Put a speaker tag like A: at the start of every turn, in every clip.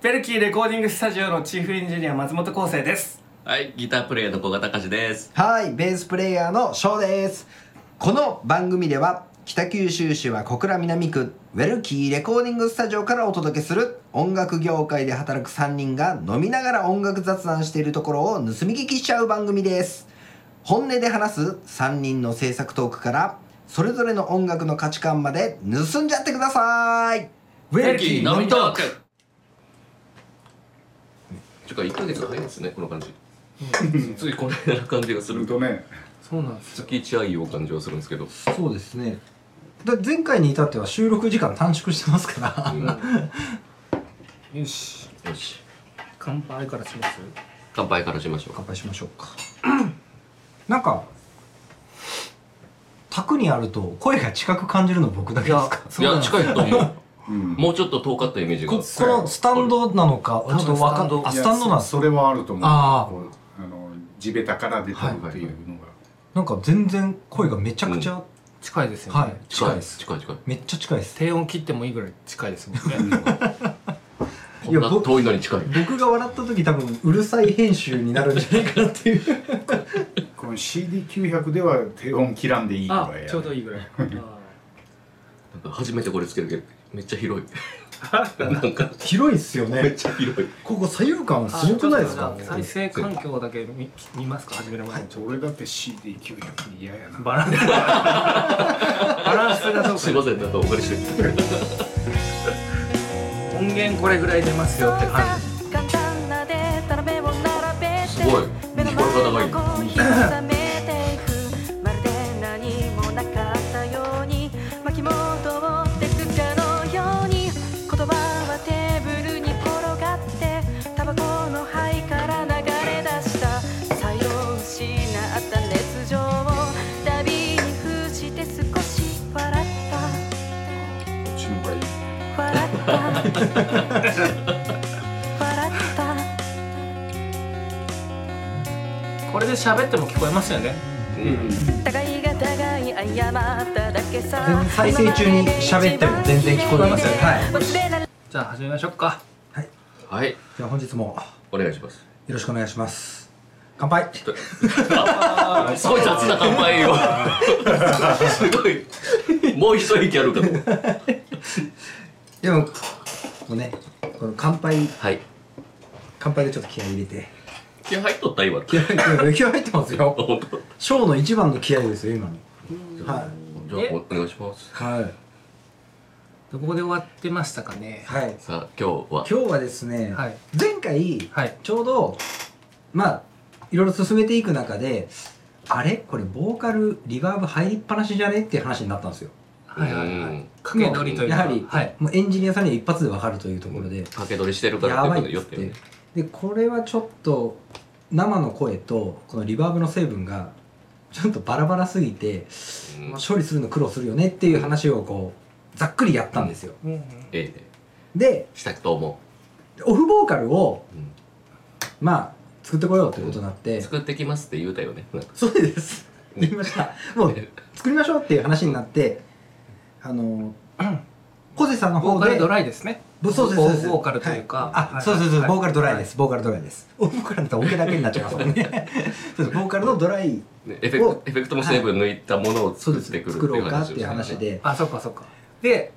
A: ペルキーレコーディングスタジオのチーフエンジニア松本康生です
B: はい、ギタープレイヤーの古賀隆史です。
C: はい、ベースプレイヤーの翔です。この番組では、北九州市は小倉南区、ウェルキーレコーディングスタジオからお届けする、音楽業界で働く3人が飲みながら音楽雑談しているところを盗み聞きしちゃう番組です。本音で話す3人の制作トークから、それぞれの音楽の価値観まで盗んじゃってください。
A: ウ
B: ペルキー飲みトーク。てか一ヶ月早いですね、この感じ。ついこの間な感じがする。
D: ね
E: そうなんです
B: 月一愛を感じはするんですけど。
E: そうですねだ前回に至っては収録時間短縮してますから、よし
B: よし、
E: 乾杯からします
B: 乾杯からしましょうか
E: 乾。杯しましょうか なんか卓にあると声が近く感じるの僕だけですか
B: いや、近いと思う。
D: うん
B: もうちょっと遠かったイメージが。
E: ここのスタンドなのかちょっとわかんあ
D: い
E: ス
D: や
E: タンドなん
D: そ
E: です
D: それはあると思う
E: あー
D: こうあの地べたから出てるっていうのが、
E: なんか全然声がめちゃくちゃ、
A: 近いですよね、
E: はい近いです
B: 近い近い。
E: めっちゃ近いです
A: 低音切ってもいいぐらい近いですもんね
B: こ
E: いや
B: んな
E: 僕
B: 遠いのに近い。
E: 僕が笑った時多分うるさい編集になるんじゃないかなっていう
D: この CD900 では低音切らんでいいぐらい
A: あ
D: やね
A: ちょうどいいぐらい
B: なんか初めてこれつけ るけど、めっちゃ広い。なんか
E: 広いっすよ
B: めっ
E: ね
B: ちゃ広い。
E: ここ左右感すごくないですか
A: あちょっとじゃあ再生環境だけ見見ますか始める前に
D: 俺だって CD900 に嫌やな
A: バランスバランスがどう
B: すい
A: か
B: ません、なんかお借りして。
A: 音源これぐらい出ますよって感じ
F: 簡単なデータの目を並べて
B: すごい
F: 目の前
B: これが長い
F: のコーヒーを冷めていくまるで何もなかったように巻き戻ってくかのように言葉はテーブルに転がってタバコの灰から流れ出した才能を失った熱情を旅に伏して少し笑
D: こっちの方がいい
F: った笑った笑った
A: これで喋っても聞こえますよね
F: 互いが互い謝っただけさ
E: 再生中に喋っても全然聞こえますよねはい
F: い
A: じゃあ始めましょうか
B: はい、
E: じゃあ本日も
B: お願いします。
E: よろしくお願いします乾杯
B: すごい雑な乾杯 よ。すごい。もう一息あるかも。
E: でももうねこの乾杯
B: はい。
E: 乾杯でちょっと気合い入れて
B: 気合入っとった今。
E: 気合い気合い入ってますよ
B: 本当。
E: ショーの一番の気合いですよ今のは
B: じゃあおお願いします。
E: いはい
A: どこで終わってましたかね
E: はい
B: さあ今日は
E: 今日はですね、
A: はい
E: 前回
A: はい
E: ちょうどまあいろいろ進めていく中であれこれボーカルリバーブ入りっぱなしじゃねっていう話になったんですよ
A: はいはいは
B: う
A: い
B: ん
A: かけ取りというか
E: やはり、
A: はい
E: もうエンジニアさんには一発で分かるというところで、
B: 掛け取りしてるから
E: やばい
B: って
E: っ
B: こ
E: つ
B: と
E: っ
B: で
E: て、
B: よってね。
E: でこれはちょっと生の声とこのリバーブの成分がちょっとバラバラすぎて、
B: うん
E: まあ、処理するの苦労するよねっていう話をこうざっくりやったんですよ、
A: うんうん
B: ええ
E: で
B: したと思
E: オフボーカルを
B: う。うん
E: まあ作ってこようということになって、
B: 作ってきますって言うたよね。なんか
E: そうです
B: うん
E: 言いましたもう作りましょうっていう話になってあの小瀬さんの
A: ボ
E: 方
A: ーカル
E: で
A: ドライですね
E: ボそうですそうです
A: ボーカルというか
E: あ、
A: はい
E: そうそうそう、
A: はい
E: ボーカルドライです、ボーカルドライですボーカルだったらオケだけになっちゃいますもんねそうですボーカルのドライ
B: ねエフェクトエフェクトも成分抜いたものを
E: そう
B: 作
E: で
B: っ
E: す
B: てくる
E: 作ろうかっていう
B: を
E: 話で
A: あそっかそっかで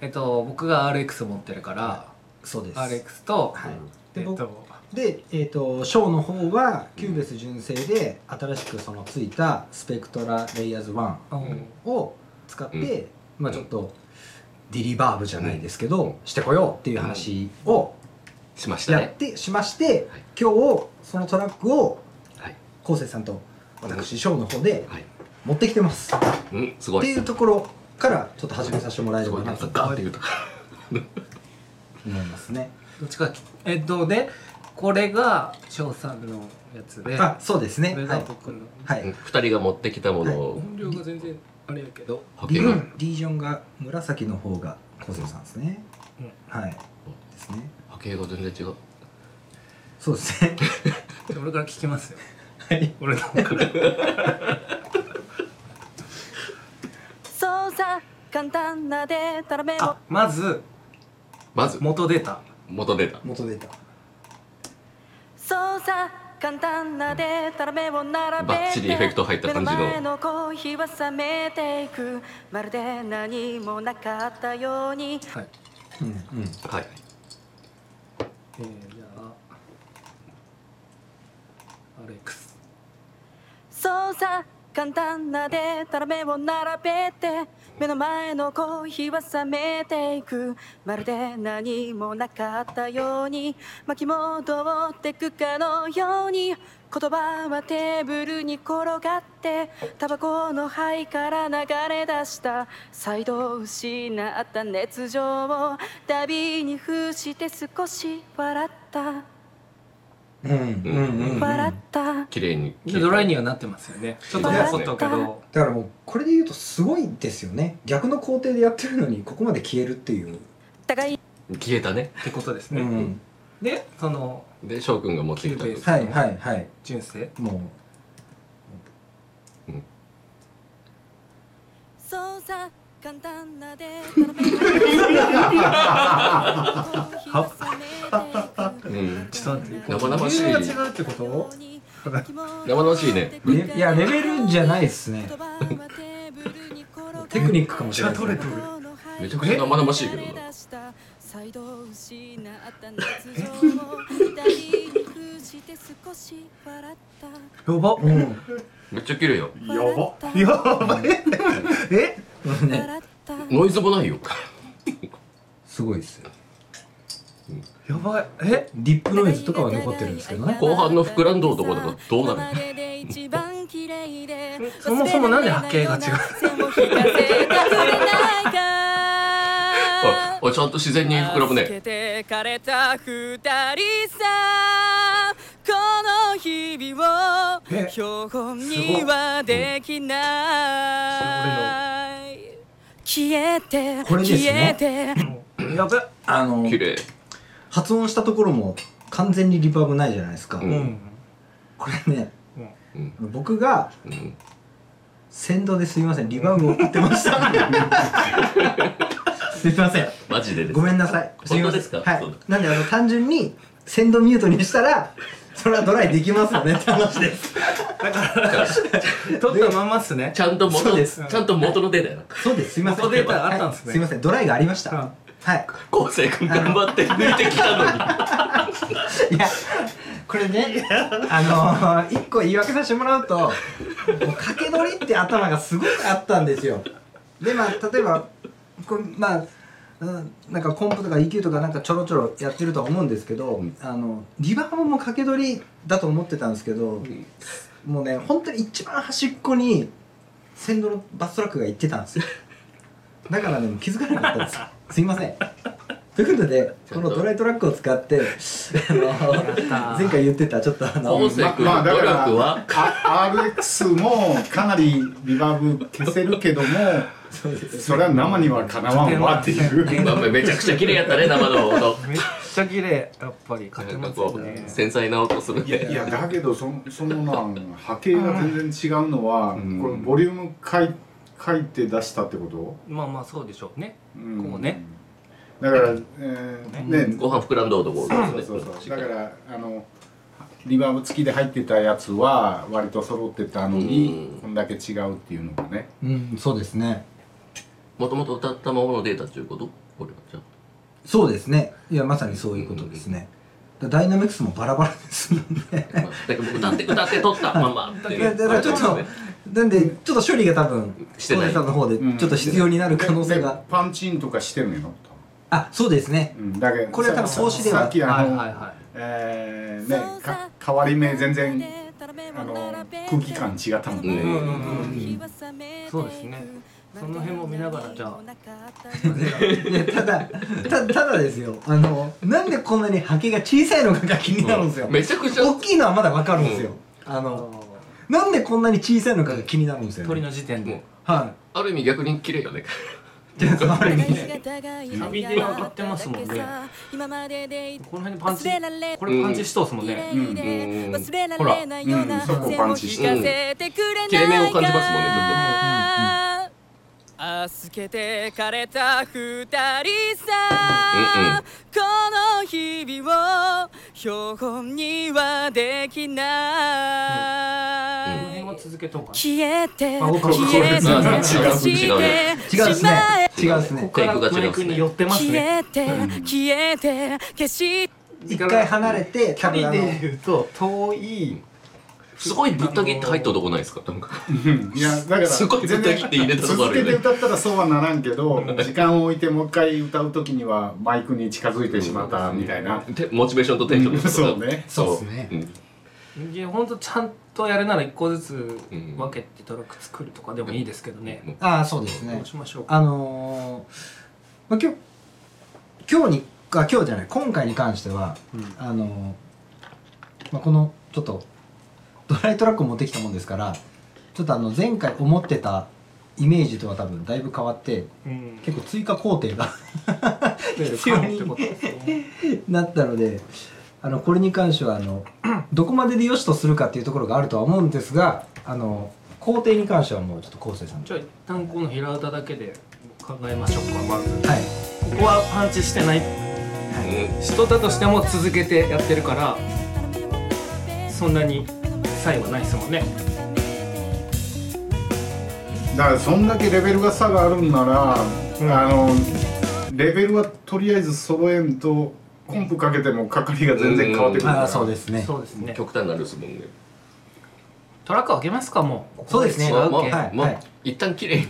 A: えっと僕が RX 持ってるから
E: そうです、
A: RX と
E: はい
A: えっ
E: で僕
A: と
E: でえっ、とショーの方はキューベス純正で新しくそのついたスペクトラレイヤーズ1
A: うん
E: を使って、
B: う
E: まあちょっとディリバーブじゃないですけど、してこようっていう話を
B: しました
E: やっ
B: ね。
E: てしまして、
B: はい
E: 今日そのトラックを
B: はい
E: 昴生さんと私ショーの方で
B: はい。
E: 持ってきてます、
B: うんすご
E: って
B: い。
E: いうところからちょっと始めさせてもらえ
B: す
E: れ
B: ご
E: ば
B: いな
E: なん
B: か
E: と
B: ガーって言うた。
E: 思いますね
A: どっちかえっとでこれが翔さんのやつで
E: あそうですね
A: これ
E: は
A: が
E: い、
A: 僕の
E: は
B: うん
E: い、
B: 二人が持ってきたものを
A: 音量が全然あれやけど
B: 派
E: リ
B: 遣が
E: リージョンが紫の方が昴生さんですね、
A: うん
E: はいですね
B: 波形が全然違う。
E: そうですね
A: 俺から聞きますよ
E: はい
A: 俺の方から
F: そうさ簡単なデータの目を
A: あまず
B: まず
A: 元データ
B: 元出た
E: 元出た
F: そうさ簡単なでたらめを並べて
B: バッチリエフェクト入った感じの
F: 目の前のコーヒーは冷めていくまるで何もなかったように
A: はい
E: うんうん
B: はい
A: えー、じゃあアレックス
F: そうさ簡単なでたらめを並べて目の前のコーヒーは冷めていくまるで何もなかったように巻き戻ってくかのように言葉はテーブルに転がってタバコの灰から流れ出した再度失った熱情を旅に付して少し笑った
E: うんうんうん、うん、
F: 笑っ
E: だ
F: た
B: 綺麗に
A: でドライにはなってますよねちょっと残ったけど
E: からもうこれで言うとすごいですよね逆の工程でやってるのにここまで消えるっていう、
F: 互い
B: 消えたね
A: ってことです
E: う
A: ね、
E: ん、
A: でその
B: で翔くんが持ってきた
A: キルベース
E: はいはいはい
A: 純正
E: も
F: 操作簡単なで
B: うん
A: ちょっと待って
B: 生々しい
A: 理由が違うってこと
B: 生々しいね
E: うレいやレベルじゃないですねテクニックかもしれないですね
A: めっちゃ取れてる
B: めちゃくちゃ生々しいけどな
A: やば
E: う、うん
B: めっちゃ綺麗よ
F: やば
A: やばいえ
E: ね
B: ノイズもないよ
E: すごいですよ
A: やばいえ
E: ディップノイズとかは残ってるんですけどね
B: 後半の膨らんどうとことかどうなる
F: る
A: そもそもなんで波形が違う
B: ああちゃんと自然に膨らむ
F: 助
B: ね
F: けてかれた二人さこの日々を
A: え
F: 標本にはできない消えて
E: これです
F: 消え
E: ね
F: て
A: やばい
E: あの
B: 綺麗
E: 発音したところも完全にリバーブないじゃないですか、
B: う
A: うんん
E: これね
B: うん
E: 僕が
B: うん
E: 先導ですいませんリバーブを送ってましたすいません
B: マジでです
E: ごめんなさいいません
B: 本当ですか
E: は
B: そう
E: いなんであの単純に先導ミュートにしたらそれはドライできますよねって話です
A: 取ったまんまっすね
B: ちゃんと元
E: そう
B: の
E: で
B: ち
E: す
B: ゃんと元のデータやな
E: そうですすいません
A: 元データあったんですね
E: はいすいませんドライがありました、
A: うん
E: はい
B: 昴生君頑張って抜いてきたのに
E: いやこれねあのー、一個言い訳させてもらうともう掛け取りって頭がすごくあったんですよでまあ例えばこうまあうんなんかコンプとか EQ とかなんかちょろちょろやってるとは思うんですけど、
B: ん
E: あのリバーブも掛け取りだと思ってたんですけど、もうね本当に一番端っこに先導のバストラックが行ってたんですよだからねもう気づかなかったですすいませんということでこのドライトラックを使ってあの前回言ってたちょっとあの
B: 昴生君の努力は
D: あ RX もかなりリバーブ消せるけども
E: そうです
D: それは生にはかなわんわっていう
B: まあまあめちゃくちゃ綺麗やったね生の音
A: めっちゃ綺麗やっぱり勝
B: な
A: て
B: ん
A: ま
B: か
A: す
B: こ
A: よ
B: う
A: ね
B: 繊細な音する
D: いや
B: ね
D: いやだけどそんその なん波形が全然違うのは、
B: ん
D: これボリューム書い書いて出したってこと、
A: まあまあそうでしょうね
D: うん
A: こうね
D: だから、えーね
B: ご飯膨らんどうとこ
D: そうそうそうだからあのリバーブ付きで入ってたやつは割と揃ってたのに、
B: うん
D: こんだけ違うっていうのがね
E: うんそうですね
B: もともと歌ったままのデータっていうことこれはじゃあ
E: そうですねいやまさにそういうことですねだダイナミクスもバラバラですもんね
B: まあだから歌って歌って撮ったまんまって
E: い
B: い
E: や
B: う
E: だからちょっとなんでちょっと処理が多分
B: してない
E: 小手さんの方で
D: うん
E: ちょっと必要になる可能性
D: で
E: が
D: パンチンとかしてるのよ
E: あそうですね
D: うんだけど
E: これは多分
D: さ
E: 投資では
D: さっきあ
A: はい
D: の、
A: はいは
D: えー
F: ね
D: ね
F: か
D: か
F: 変
D: 変
F: わ
D: わ
F: り
D: り
F: 目
D: 目
F: 全
D: 全
F: 然
D: 然
F: あ
D: あ
F: の
D: の
F: 空
D: 空
F: 気
D: 気
F: 感
D: 感
F: 違
D: 違
F: っ
D: ったた
F: も
D: も
F: ん
D: ん
F: ね、
B: ね
A: そうですねその辺も見ながらじゃ あ
E: いやただたただですよあのなんでこんなにハケが小さいのかが気になるんですよ、
B: めちゃくちゃ
E: 大きいのはまだわかるんですよ、あ
A: い
E: のなんでこんなに小さいのかが気になるんですよ、
A: 鳥
E: ね、
A: の時点
B: もう
A: で
E: は
B: ある意味逆に綺麗よね
E: いじゃあそのある意 味ね
F: カ
A: ビで歌ってますもんね
F: 今までで
A: この辺にパンチ
F: 忘れられ
A: これパンチしそうですもんね、
F: 綺麗で
B: うん
F: 忘れられないような
D: ほらうん
F: 線を引かせてくれないか
B: 切れ目を感じますもんねちょっと
F: ああすけてかれた二人さこの日々を標本にはできない
A: これは続けとうかな
F: 消えて
A: あ僕は
F: 消えて
B: そう
F: 消
B: ですね違う
F: え
B: ね
F: て
E: 違うっす
F: し
E: ね
F: まえ
E: 違うっす
A: ここ
E: ね
A: から
B: テイク
A: マ
B: が違う
A: イ
B: っす
A: ク
B: ね
A: に寄ってます
F: 消
A: ね
F: えて消えて消し
E: 一回離れて
A: 距
E: 多分
A: 離
E: あ
A: で
E: の
A: 言うと遠い
B: すごいぶった切って入ったとこないですかなんか
D: いやだから
B: すごい
D: 全然
B: 叩きって入れたとこあ
D: 続
B: る
D: け
B: よね
D: て歌ったらそうはならんけど時間を置いてもう一回歌う時にはマイクに近づいてしまったみたいな、
B: てモチベーションとテンションの差
D: うんそうね
B: そう
E: そうっすね
B: ん
A: いや本当ちゃんとやるなら一個ずつ
B: うん
A: 分けてトラック作るとかでもいいですけどね、
E: ああそうですね
A: どうしましょうか
E: あのーまあ、今日今日にあ今日じゃない今回に関しては、
A: うん
E: あのーまあ、このちょっとドライトラックを持ってきたもんですからちょっとあの前回思ってたイメージとは多分だいぶ変わって
A: うん
E: 結構追加工程が
A: 必要にってことですね
E: なったのであのこれに関してはあの どこまででよしとするかっていうところがあるとは思うんですがあの工程に関してはもうちょっと昴生さんに
A: じゃあ一旦この平歌だけで考えましょうかまず
E: はい
A: ここはパンチしてない人だとしても続けてやってるからそんなに差異はないですもんね
D: だからそんだけレベルが差があるんなら、あのレベルはとりあえず揃えんとコンプかけても係が全然変わってくるから、
E: ああそうですね
A: そうですね
B: 極端になるですもんね
A: トラックを上げますかもう
E: そうですね
A: 違
B: まあ
A: う
B: ま
A: け
E: は
B: あ
E: い
B: まあ一旦綺麗に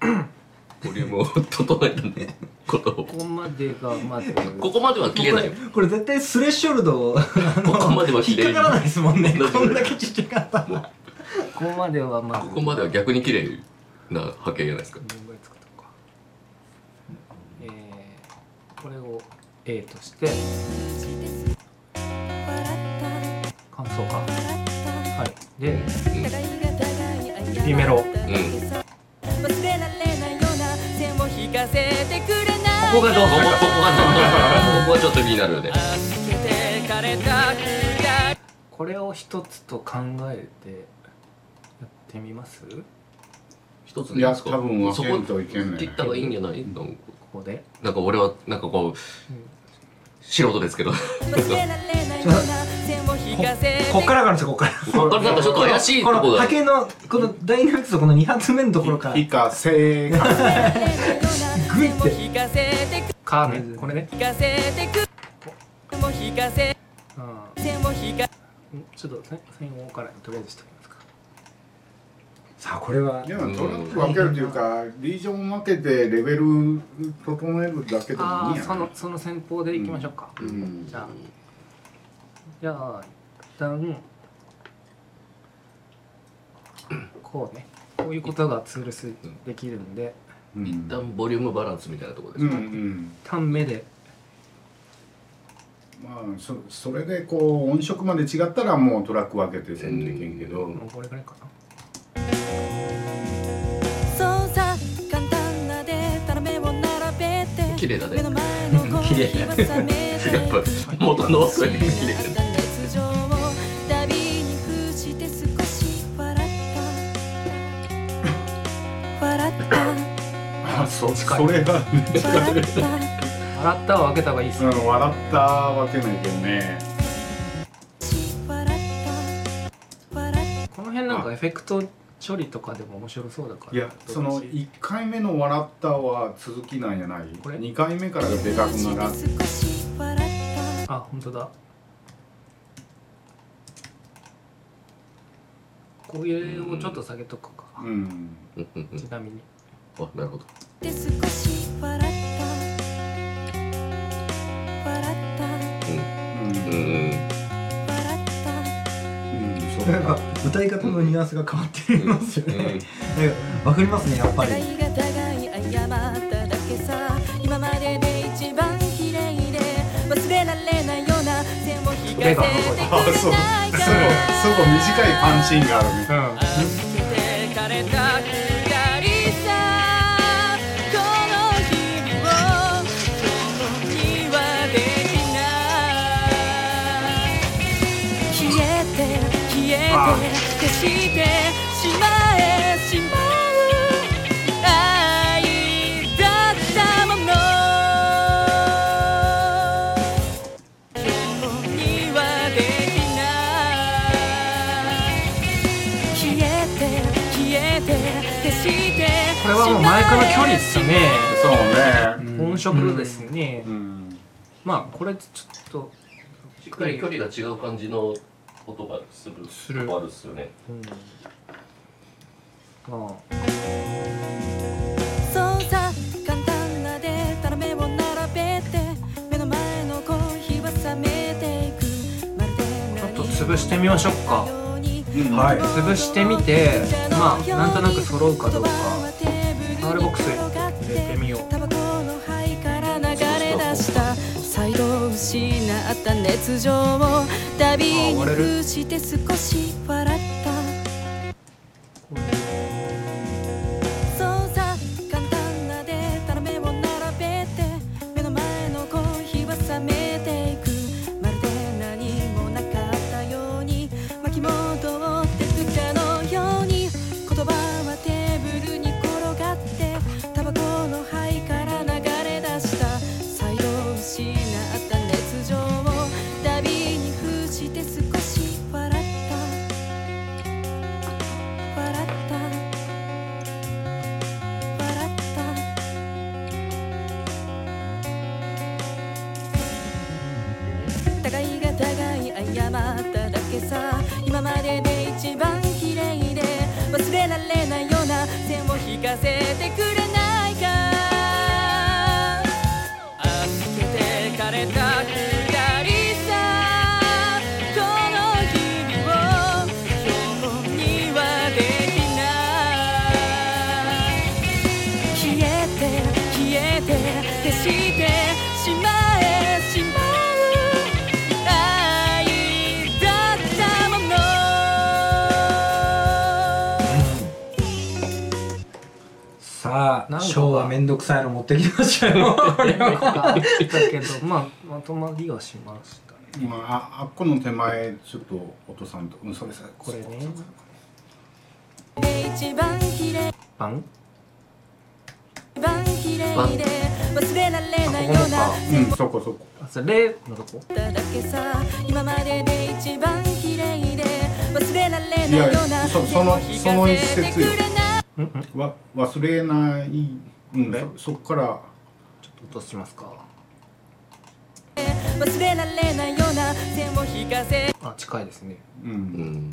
B: ボリュームを整えたねことを
A: ここまでがまず
B: ここまでは切れないよ
E: これこれ絶対スレッショルドこ
B: ここまでは綺
E: 引っ
B: 麗
E: か
B: に
E: からないですもんね
B: 大丈夫
E: こんだけちっちゃかったら
A: ここまではまず
B: ここまでは逆に綺麗な波形じゃないですか
A: どんぐらい作ったのかえー、これを A として感想かはいで
F: リメロ
B: ん
F: 忘れられないような線を引かせてくれない
A: ここがどう
B: ここここがちょっとここはちょっと気になるよね
F: あすけてかれたくだ
A: これを一つと考えてやってみますこ
B: 一つ
D: いや多分分けんといけんね
B: 切った方がいいんじゃないなんか
A: こで
B: なんか俺はなんかこう素人ですけどこ
F: 忘れられないような線を引かせて
E: こっからがあるんですよこっから
B: こからなんかちょっと怪しいと
E: この
B: こが
E: 波形のこのダイナミックスのこの2発目のところから
D: 以下正解
F: 忘れられないような線を引かせてく
A: カーねこれね
F: 引かせてくも引かせ
A: うん
F: 線を引か
A: ちょっとせ専用からとりあえずしておきますか。
E: さあこれは
D: でもトラック分けるというかリージョン分けてレベル整えるだけでもい
A: あ
D: い
A: あ、
D: や
A: そのその戦法でいきましょうか。
D: うん
A: じゃあ、じゃあ一旦こうね、こういうことがツールスできるんで、
D: うん
B: 一旦ボリュームバランスみたいなとこで
D: う
B: す
D: んう
B: か、
D: ん
A: 一旦目で
D: まあそそれでこう音色まで違ったらもうトラック分けてせんといけんけど、
B: うん
A: もうこれぐらいかな。
F: 操作簡単なでたらめを並べ て
B: 綺麗だね
F: 目の前の コーヒーは冷めて
B: やっぱ元のそれに綺麗だね
F: 熱情を旅に伏して少し笑った笑った
D: あそ
A: 近い
D: それが、
F: 笑った
A: 洗ったは開けた方がいいです
D: う
A: ね。
D: ん、笑ったわけないけどね
F: 笑った笑っ
A: この辺なんかエフェクト処理とかでも面白そうだから。
D: いやその1回目の「笑った」は続きなんやない
A: これ
D: 2回目からがで
F: た
D: かくなら
F: 少し笑った
A: あ、本当だ。これをちょっと下げとくか。
D: うん
B: うんうんうん
A: ちなみに。
B: あなるほど
F: で少し笑った笑った
D: うん
B: うんうん
F: 笑った
D: うんそう
E: なんか歌い方のニュアンスが変わっていますよね、
B: うんうん
E: なんかわかりますねやっぱり
F: 互いが互い謝っただけさ今までで一番綺麗で忘れられないような手も引かせて
D: あ
F: く
D: そうそう
F: れないか
D: そう短いパンチンがあるね
A: うん。
F: 預けてかれたくだりさこの日々を共にはできない消えて消えて消してしまえしまう愛
A: はもう前から距離ですね
D: そうね
A: 本職ですね、
D: うん
A: まあこれちょっと
B: しっかり距離が違う感じの音がする
A: する
B: とこあるっすよね
A: まあ
F: そうさ簡単なでたらめを並べて目の前のコーヒーは冷めていくまるで
A: ちょっ
F: 何
A: と
F: も
A: 潰してみましょうか
F: ように
E: はい
A: 潰してみてまあなんとなく揃うかどうか
F: RBOX 入
A: 入れてみよう
F: タバコの灰から流れ出した再度失った熱情を旅に伏して少し笑ったそうさ簡単なでたらめを並べて目の前のコーヒーは冷めていくまるで何もなかったように巻き戻ってくかのように言葉はテーブルに転がってタバコの灰から流れ出した再度失った熱情を旅に伏して少し笑った笑った笑った互いが互い謝っただけさ今までで一番綺麗で忘れられないような線を引かせてくれないかあっけてかれたくだりさこの日々を今日にはできない消えて消えて消してしまえしまう愛だったもの
E: さ
A: な
E: あ
A: んか
E: 昭和めんどくさいの持ってきましたよ
A: だけどまあまとまりはしましたね
D: 今ああっこの手前ちょっとお父さんとうんそれさ
A: これね
F: 一番綺麗
A: パン
F: 一番綺麗で忘れられないような
D: うんそこそこ
A: あそれのとこ
F: だだけさ今までで一番綺麗で忘れられない
D: い
F: よ
D: や
F: うな
D: そそのその一
F: 手を引かせて
D: 節よ
F: くれない
D: わ忘れないうんそそっから
A: 落としますか
F: 忘れられないような線を引かせ
A: あ近いですね
D: う
B: うんん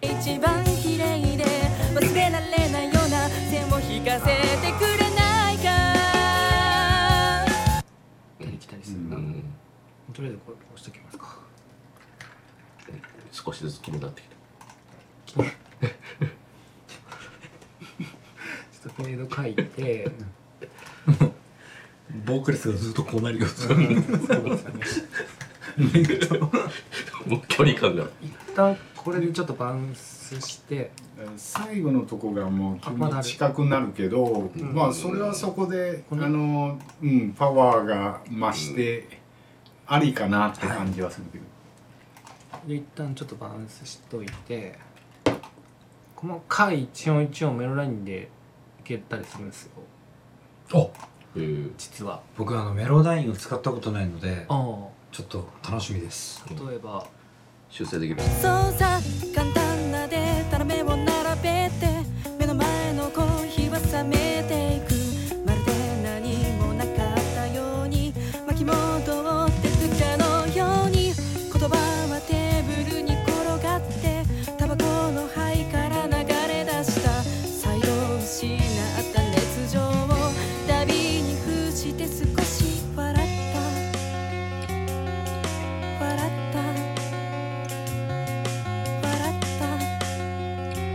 F: 一番綺麗で忘れられないような線を引かせてくれないか
A: 行ったり来たりする
B: う
A: な、
B: ん
A: とりあえずこれ押しておきますか
B: 少しずつ気になってきた
A: ちょっとフェード書いて
E: ボークレスがずっとこうなるよ
B: もう距離感が
A: 一旦これでちょっとバウンスして
D: 最後のとこがもう
A: あまだある
D: 近くなるけど
A: ん
D: まあそれはそこであ
A: の
D: のうんパワーが増してありかなって感じはするけど
A: で一旦ちょっとバウンスしといてこの回一音一音メロラインでいけたりするんですよ
E: お
B: うん
A: 実は
E: 僕あのメロダインを使ったことないので
A: あ
E: ちょっと楽しみです
A: あ例えば
B: 修正できる
F: そうさ簡単なでたらめを並べて目の前のコーヒーは冷めていくまるで何もなかったように巻き戻ってくかのように言葉はテーブルに転がってタバコの灰から流れ出した再度失った熱情を旅に伏して少し笑った笑った笑った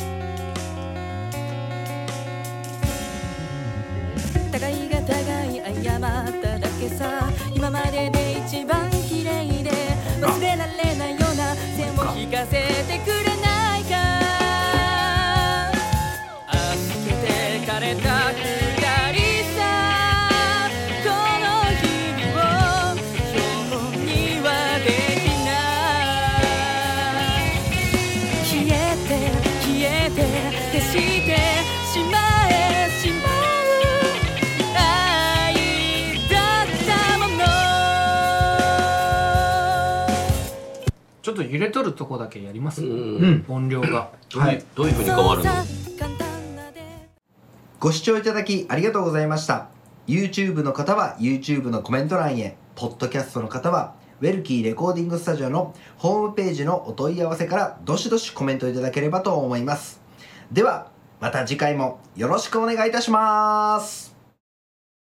F: 互いが互い謝っただけさ今までで一番綺麗で忘れられないような線を引かせてくれないかあっけてかれたくだりさこの日々を今日にはできない消えて消えて消してしまえしまう愛だったもの
A: ちょょっと揺れとるとこだけやります、
B: うん
A: 音量が
B: どういうどういうふうに変わるの
E: ご視聴いただきありがとうございました。YouTube の方は YouTube のコメント欄へ、ポッドキャストの方はウェルキーレコーディングスタジオのホームページのお問い合わせからどしどしコメントいただければと思います。では、また次回もよろしくお願いいたします。